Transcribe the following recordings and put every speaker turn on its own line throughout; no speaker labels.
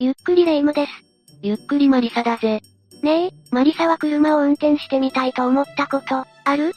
ゆっくりレ夢ムです。
ゆっくりマリサだぜ。
ねえ、マリサは車を運転してみたいと思ったこと、ある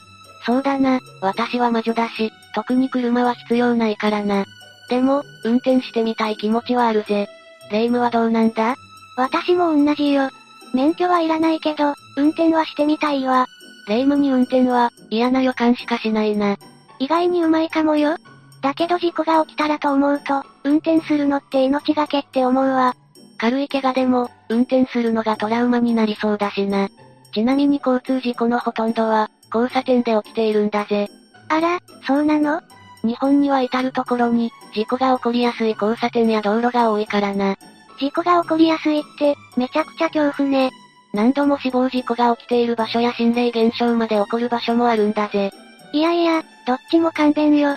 そうだな、私は魔女だし、特に車は必要ないからな。でも、運転してみたい気持ちはあるぜ。レイムはどうなんだ
私も同じよ。免許はいらないけど、運転はしてみたいわ。
レイムに運転は、嫌な予感しかしないな。
意外にうまいかもよ。だけど事故が起きたらと思うと、運転するのって命がけって思うわ。
軽い怪我でも、運転するのがトラウマになりそうだしな。ちなみに交通事故のほとんどは、交差点で起きているんだぜ。
あら、そうなの
日本には至るところに、事故が起こりやすい交差点や道路が多いからな。
事故が起こりやすいって、めちゃくちゃ恐怖ね。
何度も死亡事故が起きている場所や心霊現象まで起こる場所もあるんだぜ。
いやいや、どっちも勘弁よ。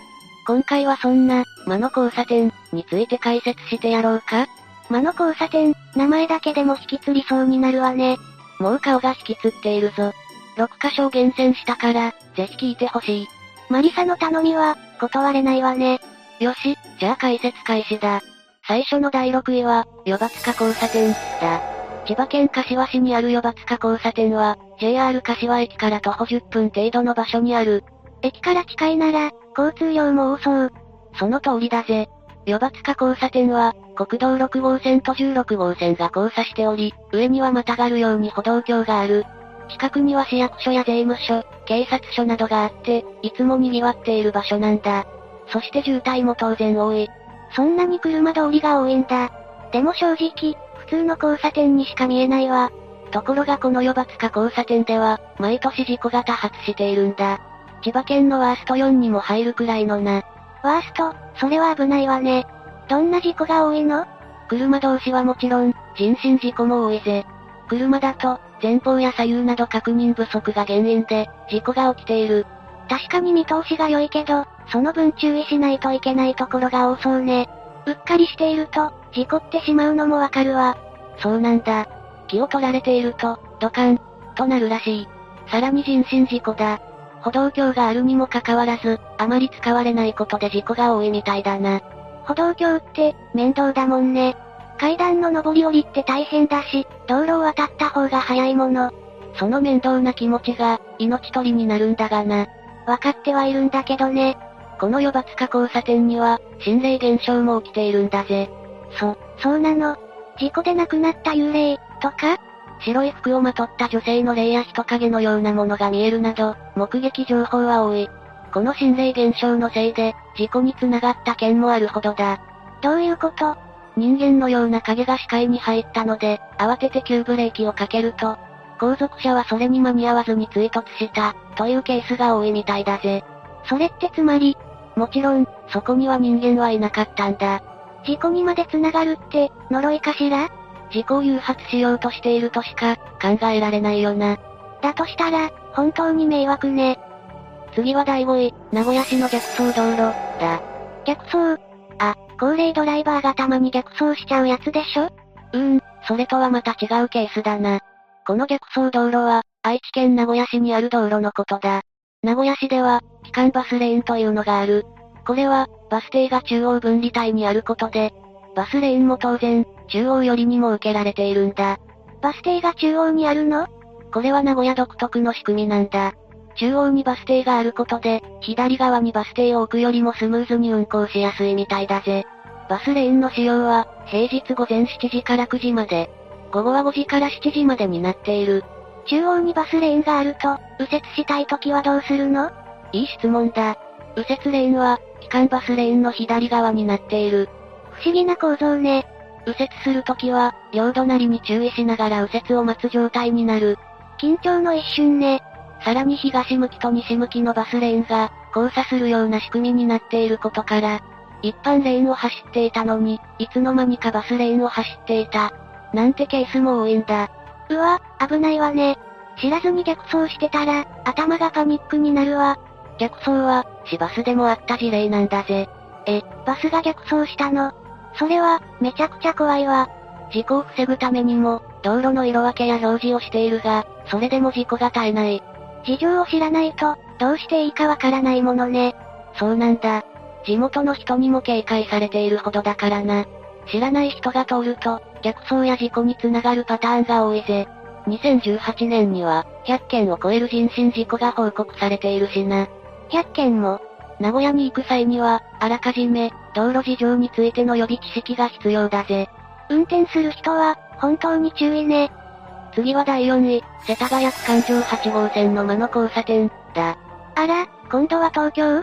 今回はそんな、魔の交差点、について解説してやろうか
魔の交差点、名前だけでも引きつりそうになるわね。
もう顔が引きつっているぞ。6箇所を厳選したから、ぜひ聞いてほし
マリサの頼みは、断れないわね。
い。よし、じゃあ解説開始だ。最初の第6位は、ヨバツカ交差点、だ。千葉県柏市にあるヨバツカ交差点は、JR 柏駅から徒歩10分程度の場所にある。
駅から近いなら、交通量も多そう。
その通りだぜ。ヨバツカ交差点は、国道6号線と16号線が交差しており、上にはまたがるように歩道橋がある。近くには市役所や税務署、警察署などがあって、いつも賑わっている場所なんだ。そして渋滞も当然多い。
そんなに車通りが多いんだ。でも正直、普通の交差点にしか見えないわ。
ところがこのヨバツカ交差点では、毎年事故が多発しているんだ。千葉県のワースト4にも入るくらいのな。
ワースト、それは危ないわね。どんな事故が多いの
車同士はもちろん、人身事故も多いぜ。車だと、前方や左右など確認不足が原因で、事故が起きている。
確かに見通しが良いけど、その分注意しないといけないところが多そうね。うっかりしていると、事故ってしまうのもわかるわ。
そうなんだ。気を取られていると、ドカン、となるらしい。さらに人身事故だ。歩道橋があるにもかかわらず、あまり使われないことで事故が多いみたいだな。
歩道橋って、面倒だもんね。階段の上り下りって大変だし、道路を渡った方が早いもの。
その面倒な気持ちが、命取りになるんだがな。
わかってはいるんだけどね。
このヨバツカ交差点には、心霊現象も起きているんだぜ。そ、
そうなの。事故で亡くなった幽霊、とか
白い服をまとった女性の霊や人影のようなものが見えるなど、目撃情報は多い。この心霊現象のせいで、事故につながった件もあるほどだ。
どういうこと
人間のような影が視界に入ったので、慌てて急ブレーキをかけると、後続車はそれに間に合わずに追突した、というケースが多いみたいだぜ。
それってつまり、
もちろん、そこには人間はいなかったんだ。
事故にまで繋がるって、呪いかしら
事故を誘発しようとしているとしか、考えられないよな。
だとしたら、本当に迷惑ね。
次は第5位、名古屋市の逆走道路、だ。
逆走。あ、高齢ドライバーがたまに逆走しちゃうやつでしょ
うーん、それとはまた違うケースだな。この逆走道路は、愛知県名古屋市にある道路のことだ。名古屋市では、機関バスレーンというのがある。これは、バス停が中央分離帯にあることで、バスレーンも当然、中央寄りにも受けられているんだ。
バス停が中央にあるの
これは名古屋独特の仕組みなんだ。中央にバス停があることで、左側にバス停を置くよりもスムーズに運行しやすいみたいだぜ。バスレーンの使用は、平日午前7時から9時まで、午後は5時から7時までになっている。
中央にバスレーンがあると、右折したい時はどうするの
いい質問だ。右折レーンは、機関バスレーンの左側になっている。
不思議な構造ね。
右折するときは、両隣に注意しながら右折を待つ状態になる。
緊張の一瞬ね。
さらに東向きと西向きのバスレーンが、交差するような仕組みになっていることから、一般レーンを走っていたのに、いつの間にかバスレーンを走っていた。なんてケースも多いんだ。
うわ、危ないわね。知らずに逆走してたら、頭がパニックになるわ。
逆走は、市バスでもあった事例なんだぜ。
バスが逆走したの。それは、めちゃくちゃ怖いわ。
事故を防ぐためにも、道路の色分けや表示をしているが、それでも事故が絶えない。
事情を知らないと、どうしていいかわからないものね。
そうなんだ。地元の人にも警戒されているほどだからな。知らない人が通ると、逆走や事故につながるパターンが多いぜ。2018年には、100件を超える人身事故が報告されているしな。
100件も、
名古屋に行く際には、あらかじめ、道路事情についての予備知識が必要だぜ。
運転する人は、本当に注意ね。
次は第4位、世田谷区環状8号線の間の交差点、だ。
あら、今度は東京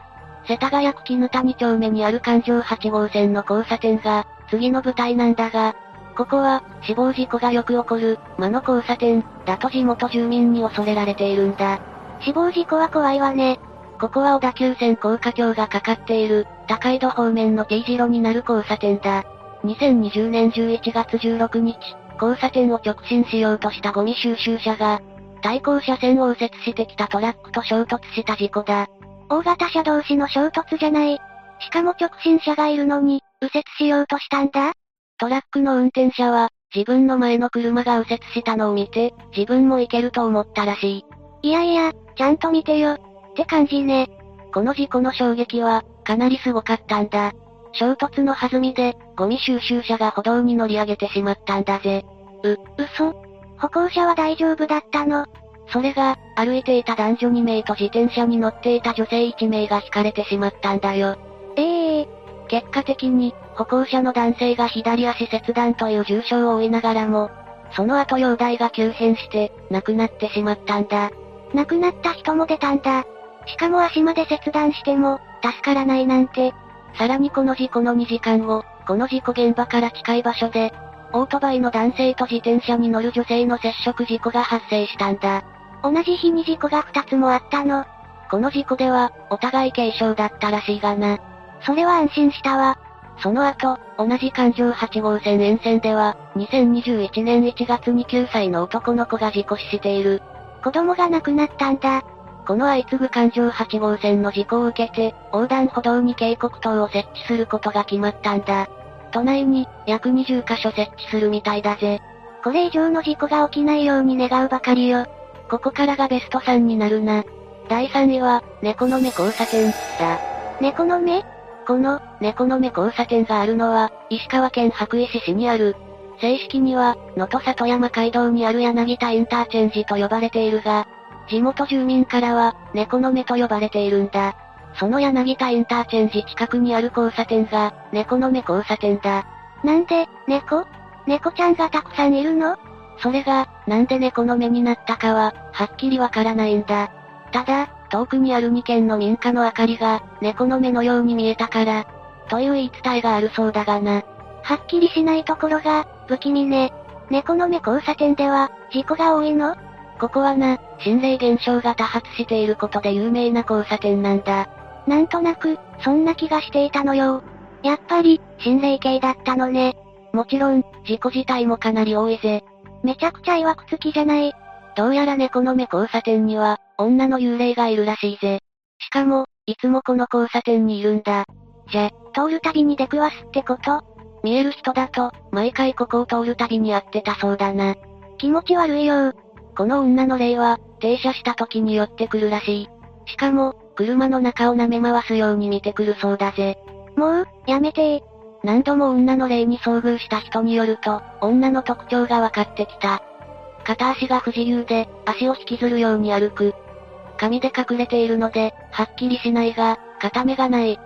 世田谷区絹谷町目にある環状8号線の交差点が、次の舞台なんだが、ここは、死亡事故がよく起こる、間の交差点、だと地元住民に恐れられているんだ。
死亡事故は怖いわね。
ここは小田急線高架橋がかかっている、高井戸方面の T 字路になる交差点だ。2020年11月16日、交差点を直進しようとしたゴミ収集車が、対向車線を右折してきたトラックと衝突した事故だ。
大型車同士の衝突じゃない。しかも直進車がいるのに、右折しようとしたんだ
トラックの運転者は、自分の前の車が右折したのを見て、自分も行けると思ったらし
い。いやいや、ちゃんと見てよ。って感じね。
この事故の衝撃は、かなりすごかったんだ。衝突の弾みで、ゴミ収集車が歩道に乗り上げてしまったんだぜ。
う、嘘歩行者は大丈夫だったの
それが、歩いていた男女2名と自転車に乗っていた女性1名が惹かれてしまったんだよ。
ええー、
結果的に、歩行者の男性が左足切断という重傷を負いながらも、その後容体が急変して、亡くなってしまったんだ。
亡くなった人も出たんだ。しかも足まで切断しても、助からないなんて。
さらにこの事故の2時間後、この事故現場から近い場所で、オートバイの男性と自転車に乗る女性の接触事故が発生したんだ。
同じ日に事故が2つもあったの。
この事故では、お互い軽傷だったらしいがな。
それは安心したわ。
その後、同じ環状8号線沿線では、2021年1月に9歳の男の子が事故死している。
子供が亡くなったんだ。
この相次ぐ環状8号線の事故を受けて、横断歩道に警告灯を設置することが決まったんだ。都内に、約20カ所設置するみたいだぜ。
これ以上の事故が起きないように願うばかりよ。
ここからがベスト3になるな。第3位は、猫の目交差点、だ。
猫の目
この、猫の目交差点があるのは、石川県羽咋市市にある。正式には、能登里山街道にある柳田インターチェンジと呼ばれているが、地元住民からは、猫の目と呼ばれているんだ。その柳田インターチェンジ近くにある交差点が、猫の目交差点だ。
なんで、猫猫ちゃんがたくさんいるの
それが、なんで猫の目になったかは、はっきりわからないんだ。ただ、遠くにある2軒の民家の明かりが、猫の目のように見えたから、という言い伝えがあるそうだがな。
はっきりしないところが、不気味ね。猫の目交差点では、事故が多いの
ここはな、心霊現象が多発していることで有名な交差点なんだ。
なんとなく、そんな気がしていたのよ。やっぱり、心霊系だったのね。
もちろん、事故自体もかなり多いぜ。
めちゃくちゃ曰くつきじゃない。
どうやら猫の目交差点には、女の幽霊がいるらしいぜ。しかも、いつもこの交差点にいるんだ。
じゃ、通るたびに出くわすってこと
見える人だと、毎回ここを通るたびにやってたそうだな。
気持ち悪いよ
この女の霊は、停車した時に寄ってくるらしい。しかも、車の中を舐め回すように見てくるそうだぜ。
もう、やめて
何度も女の霊に遭遇した人によると、女の特徴が分かってきた。片足が不自由で、足を引きずるように歩く。髪で隠れているので、はっきりしないが、片目がない。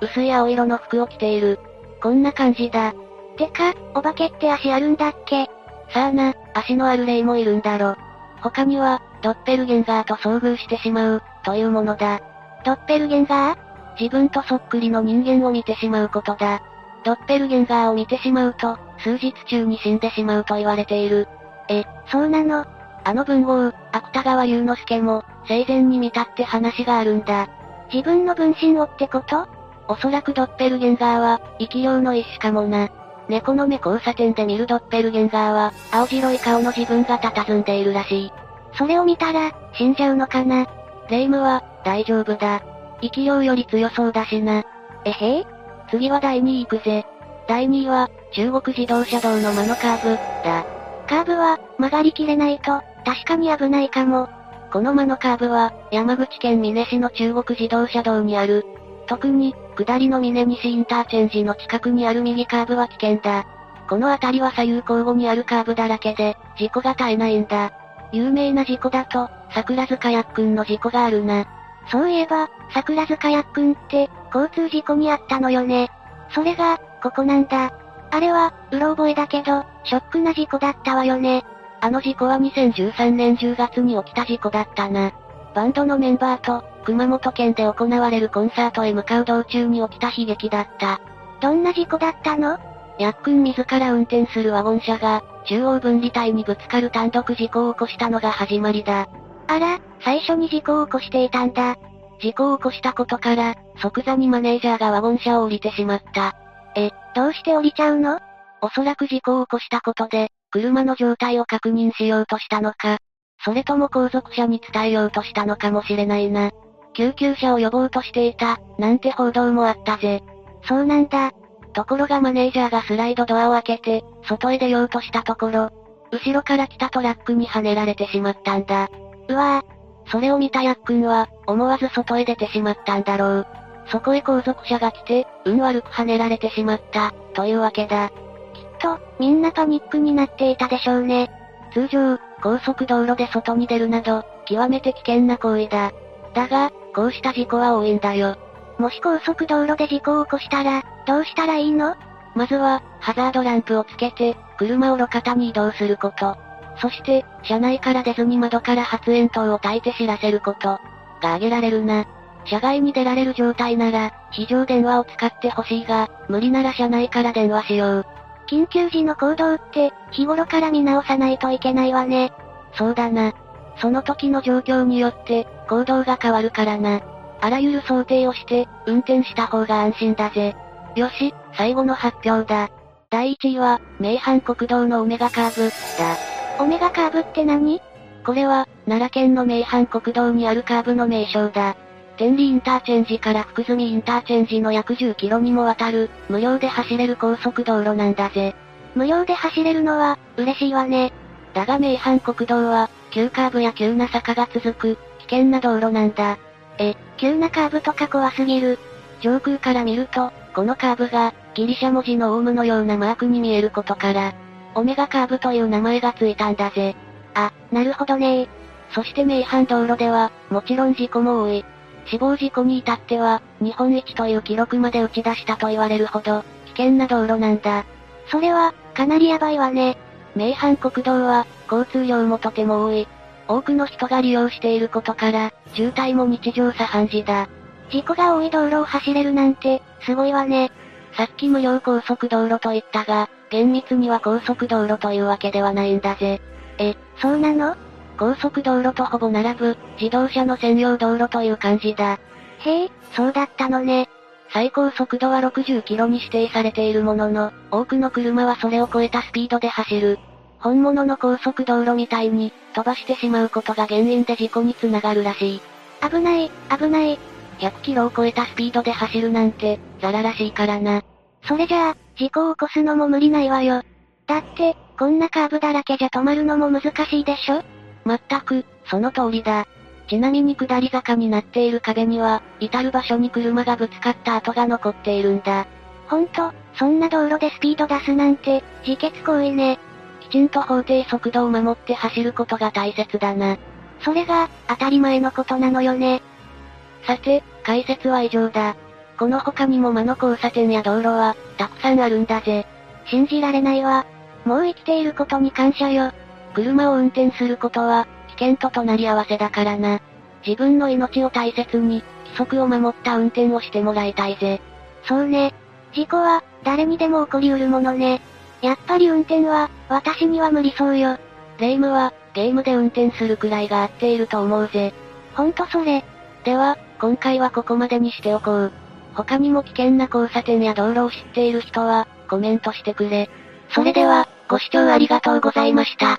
薄い青色の服を着ている。こんな感じだ。
てか、お化けって足あるんだっけ
さあな、足のある霊もいるんだろ。他には、ドッペルゲンガーと遭遇してしまう、というものだ。
ドッペルゲンガー
自分とそっくりの人間を見てしまうことだ。ドッペルゲンガーを見てしまうと、数日中に死んでしまうと言われている。
え、そうなの
あの文豪、芥川龍之介も、生前に見たって話があるんだ。
自分の分身をってこと
おそらくドッペルゲンガーは、生き量の一種かもな。猫の目交差点で見るドッペルゲンガーは、青白い顔の自分が佇んでいるらしい。
それを見たら、死んじゃうのかな
霊夢は、大丈夫だ。生き量より強そうだしな。
えへい
次は第2位行くぜ。第2位は、中国自動車道の間のカーブ、だ。
カーブは、曲がりきれないと、確かに危ないかも。
この間のカーブは、山口県美祢市の中国自動車道にある。特に、下りの峰西インターチェンジの近くにある右カーブは危険だ。この辺りは左右交互にあるカーブだらけで、事故が絶えないんだ。有名な事故だと、桜塚やっくんの事故があるな。
そういえば、桜塚やっくんって、交通事故にあったのよね。それが、ここなんだ。あれは、うろ覚えだけど、ショックな事故だったわよね。
あの事故は2013年10月に起きた事故だったな。バンドのメンバーと、熊本県で行われるコンサートへ向かう道中に起きた悲劇だった。
どんな事故だったの
やっくん自ら運転するワゴン車が、中央分離帯にぶつかる単独事故を起こしたのが始まりだ。
あら、最初に事故を起こしていたんだ。
事故を起こしたことから、即座にマネージャーがワゴン車を降りてしまった。
え、どうして降りちゃうの
おそらく事故を起こしたことで、車の状態を確認しようとしたのか、それとも後続車に伝えようとしたのかもしれないな。救急車を呼ぼうとしていた、なんて報道もあったぜ。
そうなんだ。
ところがマネージャーがスライドドアを開けて、外へ出ようとしたところ、後ろから来たトラックにはねられてしまったんだ。
うわ
ぁ。それを見たヤッくんは、思わず外へ出てしまったんだろう。そこへ後続車が来て、運悪くはねられてしまった、というわけだ。きっ
と、みんなパニックになっていたでしょうね。
通常、高速道路で外に出るなど、極めて危険な行為だ。だが、こうした事故は多いんだよ。
もし高速道路で事故を起こしたら、どうしたらいいの
まずは、ハザードランプをつけて、車を路肩に移動すること。そして、車内から出ずに窓から発煙筒を焚いて知らせること。が挙げられるな。車外に出られる状態なら、非常電話を使ってほしいが、無理なら車内から電話しよう。
緊急時の行動って、日頃から見直さないといけないわね。
そうだな。その時の状況によって、行動が変わるからな。あらゆる想定をして、運転した方が安心だぜ。よし、最後の発表だ。第1位は、名阪国道のオメガカーブ、だ。
オメガカーブって何
これは、奈良県の名阪国道にあるカーブの名称だ。天理インターチェンジから福住インターチェンジの約10キロにもわたる、無料で走れる高速道路なんだぜ。
無料で走れるのは、嬉しいわね。
だが名阪国道は、急カーブや急な坂が続く、危険な道路なんだ。
え、急なカーブとか怖すぎる。
上空から見ると、このカーブが、ギリシャ文字のオウムのようなマークに見えることから、オメガカーブという名前がついたんだぜ。
あ、なるほどね
そして名阪道路では、もちろん事故も多い。死亡事故に至っては、日本一という記録まで打ち出したと言われるほど、危険な道路なんだ。
それは、かなりやばいわね。
名阪国道は、交通量もとても多い。多くの人が利用していることから、渋滞も日常茶飯事だ。
事故が多い道路を走れるなんて、すごいわね。
さっき無料高速道路と言ったが、厳密には高速道路というわけではないんだぜ。
え、そうなの
高速道路とほぼ並ぶ、自動車の専用道路という感じだ。
へえ、そうだったのね。
最高速度は60キロに指定されているものの、多くの車はそれを超えたスピードで走る。本物の高速道路みたいに、飛ばしてしまうことが原因で事故につながるらしい。
危ない、危ない。
100キロを超えたスピードで走るなんて、ザラらしいからな。
それじゃあ、事故を起こすのも無理ないわよ。だって、こんなカーブだらけじゃ止まるのも難しいでしょ
まったく、その通りだ。ちなみに下り坂になっている壁には、至る場所に車がぶつかった跡が残っているんだ。
ほんと、そんな道路でスピード出すなんて、自決行為ね。
きちんと法定速度を守って走ることが大切だな。
それが、当たり前のことなのよね。
さて、解説は以上だ。この他にも魔の交差点や道路は、たくさんあるんだぜ。
信じられないわ。もう生きていることに感謝よ。
車を運転することは、危険と隣り合わせだからな。自分の命を大切に、規則を守った運転をしてもらいたいぜ。
そうね。事故は、誰にでも起こりうるものね。やっぱり運転は、私には無理そうよ。
霊夢は、ゲームで運転するくらいが合っていると思うぜ。
ほんとそれ。
では、今回はここまでにしておこう。他にも危険な交差点や道路を知っている人は、コメントしてくれ。
それでは、ご視聴ありがとうございました。